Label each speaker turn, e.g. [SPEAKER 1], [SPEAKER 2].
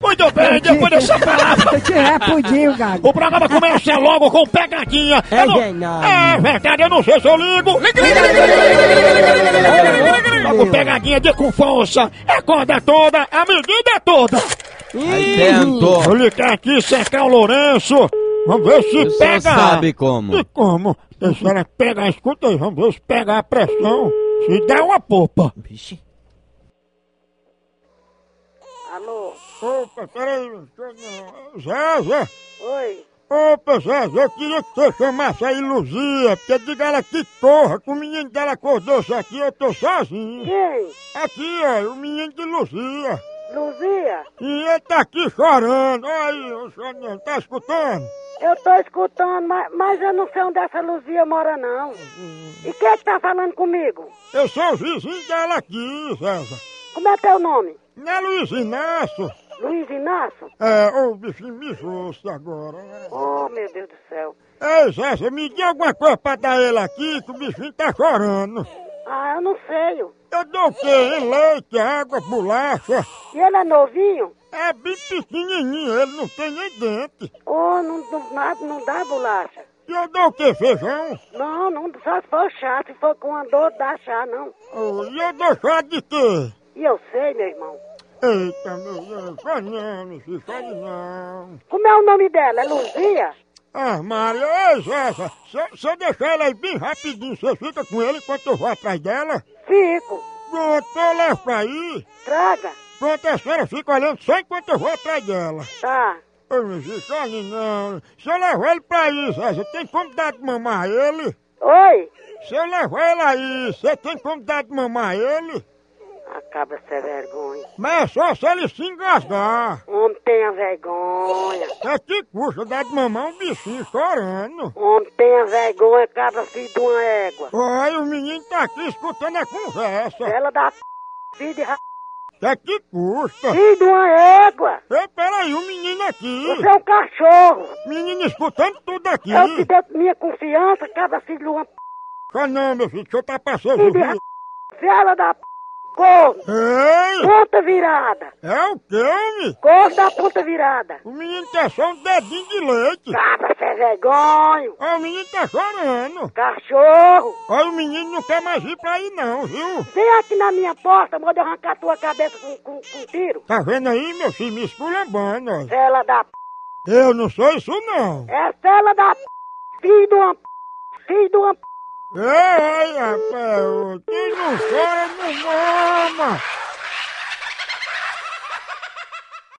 [SPEAKER 1] Muito bem, depois dessa palavra.
[SPEAKER 2] Te repudiu, gago.
[SPEAKER 1] O programa começa logo com pegadinha. Eu não-
[SPEAKER 2] É, não.
[SPEAKER 1] É verdade, eu não sei se eu ligo. Logo pegadinha de confonça. É corda toda, a medida é toda.
[SPEAKER 3] Aí tentou.
[SPEAKER 1] Vou ligar aqui, cercar o Lourenço. Vamos ver se
[SPEAKER 3] Você
[SPEAKER 1] pega.
[SPEAKER 3] sabe como.
[SPEAKER 1] E como? A senhora pega, escuta aí, vamos ver se pega a pressão. Se der uma popa.
[SPEAKER 4] Alô?
[SPEAKER 1] Opa, peraí. Zé, Zé.
[SPEAKER 4] Oi?
[SPEAKER 1] Opa, Zé, eu queria que você chamasse aí Luzia, porque diga ela que corra, que o menino dela acordou isso aqui, eu tô sozinho.
[SPEAKER 4] Quem?
[SPEAKER 1] Aqui, ó, é o menino de Luzia.
[SPEAKER 4] Luzia?
[SPEAKER 1] E ele tá aqui chorando. Olha aí, o senhor não tá escutando?
[SPEAKER 4] Eu tô escutando, mas, mas eu não sei onde essa Luzia mora, não. E quem é que tá falando comigo?
[SPEAKER 1] Eu sou o vizinho dela aqui, César.
[SPEAKER 4] Como é teu nome?
[SPEAKER 1] Não é Luiz Inácio?
[SPEAKER 4] Luiz Inácio?
[SPEAKER 1] É, ô, o bichinho mijou-se agora. né?
[SPEAKER 4] Oh, meu Deus do céu.
[SPEAKER 1] Ei, Zé, você me dê alguma coisa pra dar ele aqui, que o bichinho tá chorando.
[SPEAKER 4] Ah, eu não sei.
[SPEAKER 1] Eu dou o quê? hein? Leite, água, bolacha.
[SPEAKER 4] E ele é novinho?
[SPEAKER 1] É bem pequenininho, ele não tem nem dente.
[SPEAKER 4] Oh, não, não, nada, não dá bolacha.
[SPEAKER 1] E eu dou o quê? Feijão?
[SPEAKER 4] Não, não, só se for chá, se for com uma dor, dá chá, não.
[SPEAKER 1] Oh, e eu dou chá de quê?
[SPEAKER 4] E eu sei, meu irmão.
[SPEAKER 1] Eita, meu Deus, só não, não se chore não.
[SPEAKER 4] Como é o nome dela? É Luzia?
[SPEAKER 1] Ah, Mário, ei, Zé, Zé, se, se eu deixar ela aí bem rapidinho, você fica com ele enquanto eu vou atrás dela?
[SPEAKER 4] Fico.
[SPEAKER 1] Pronto, eu levo pra aí.
[SPEAKER 4] Traga.
[SPEAKER 1] Pronto, a senhora fica olhando só enquanto eu vou atrás dela.
[SPEAKER 4] Tá.
[SPEAKER 1] Ô, meu filho, olha não. Se eu levar ele pra aí, Zé, você tem como dar de mamar ele?
[SPEAKER 4] Oi?
[SPEAKER 1] Se eu levar ele aí, você tem como dar de mamar ele?
[SPEAKER 4] Acaba essa vergonha.
[SPEAKER 1] Mas é só se ele se engasgar.
[SPEAKER 4] Homem tenha vergonha.
[SPEAKER 1] É que custa dar de mamar um bichinho chorando.
[SPEAKER 4] Homem tenha vergonha, cabra filho de uma égua.
[SPEAKER 1] Olha, o menino tá aqui escutando a conversa.
[SPEAKER 4] Ela dá p... filho de ra...
[SPEAKER 1] É que custa.
[SPEAKER 4] filho de uma égua.
[SPEAKER 1] Ei, peraí, o menino aqui.
[SPEAKER 4] Você é um cachorro. É
[SPEAKER 1] Menino escutando tudo aqui.
[SPEAKER 4] Eu te dou minha confiança, cabra filho de uma p...
[SPEAKER 1] Ah, não, meu filho, deixa eu tapar seu
[SPEAKER 4] filho de ra...
[SPEAKER 1] ouvido.
[SPEAKER 4] Fiala da p... corno.
[SPEAKER 1] Ei,
[SPEAKER 4] Ponta virada.
[SPEAKER 1] é o que, homem?
[SPEAKER 4] Corno da ponta virada.
[SPEAKER 1] O menino tá só um dedinho de leite.
[SPEAKER 4] Cabra é sem vergonha.
[SPEAKER 1] Ó, o menino tá chorando.
[SPEAKER 4] Cachorro.
[SPEAKER 1] Olha, o menino não quer mais ir pra aí não, viu?
[SPEAKER 4] Vem aqui na minha porta, manda eu arrancar tua cabeça com, com, com um tiro.
[SPEAKER 1] Tá vendo aí, meu filho, me esculambando, ó.
[SPEAKER 4] Fela da p...
[SPEAKER 1] Eu não sou isso não.
[SPEAKER 4] É fela da p... filho de uma p... filho
[SPEAKER 1] É,
[SPEAKER 4] de uma p...
[SPEAKER 1] Ei, rapaz, quem não chora não mama.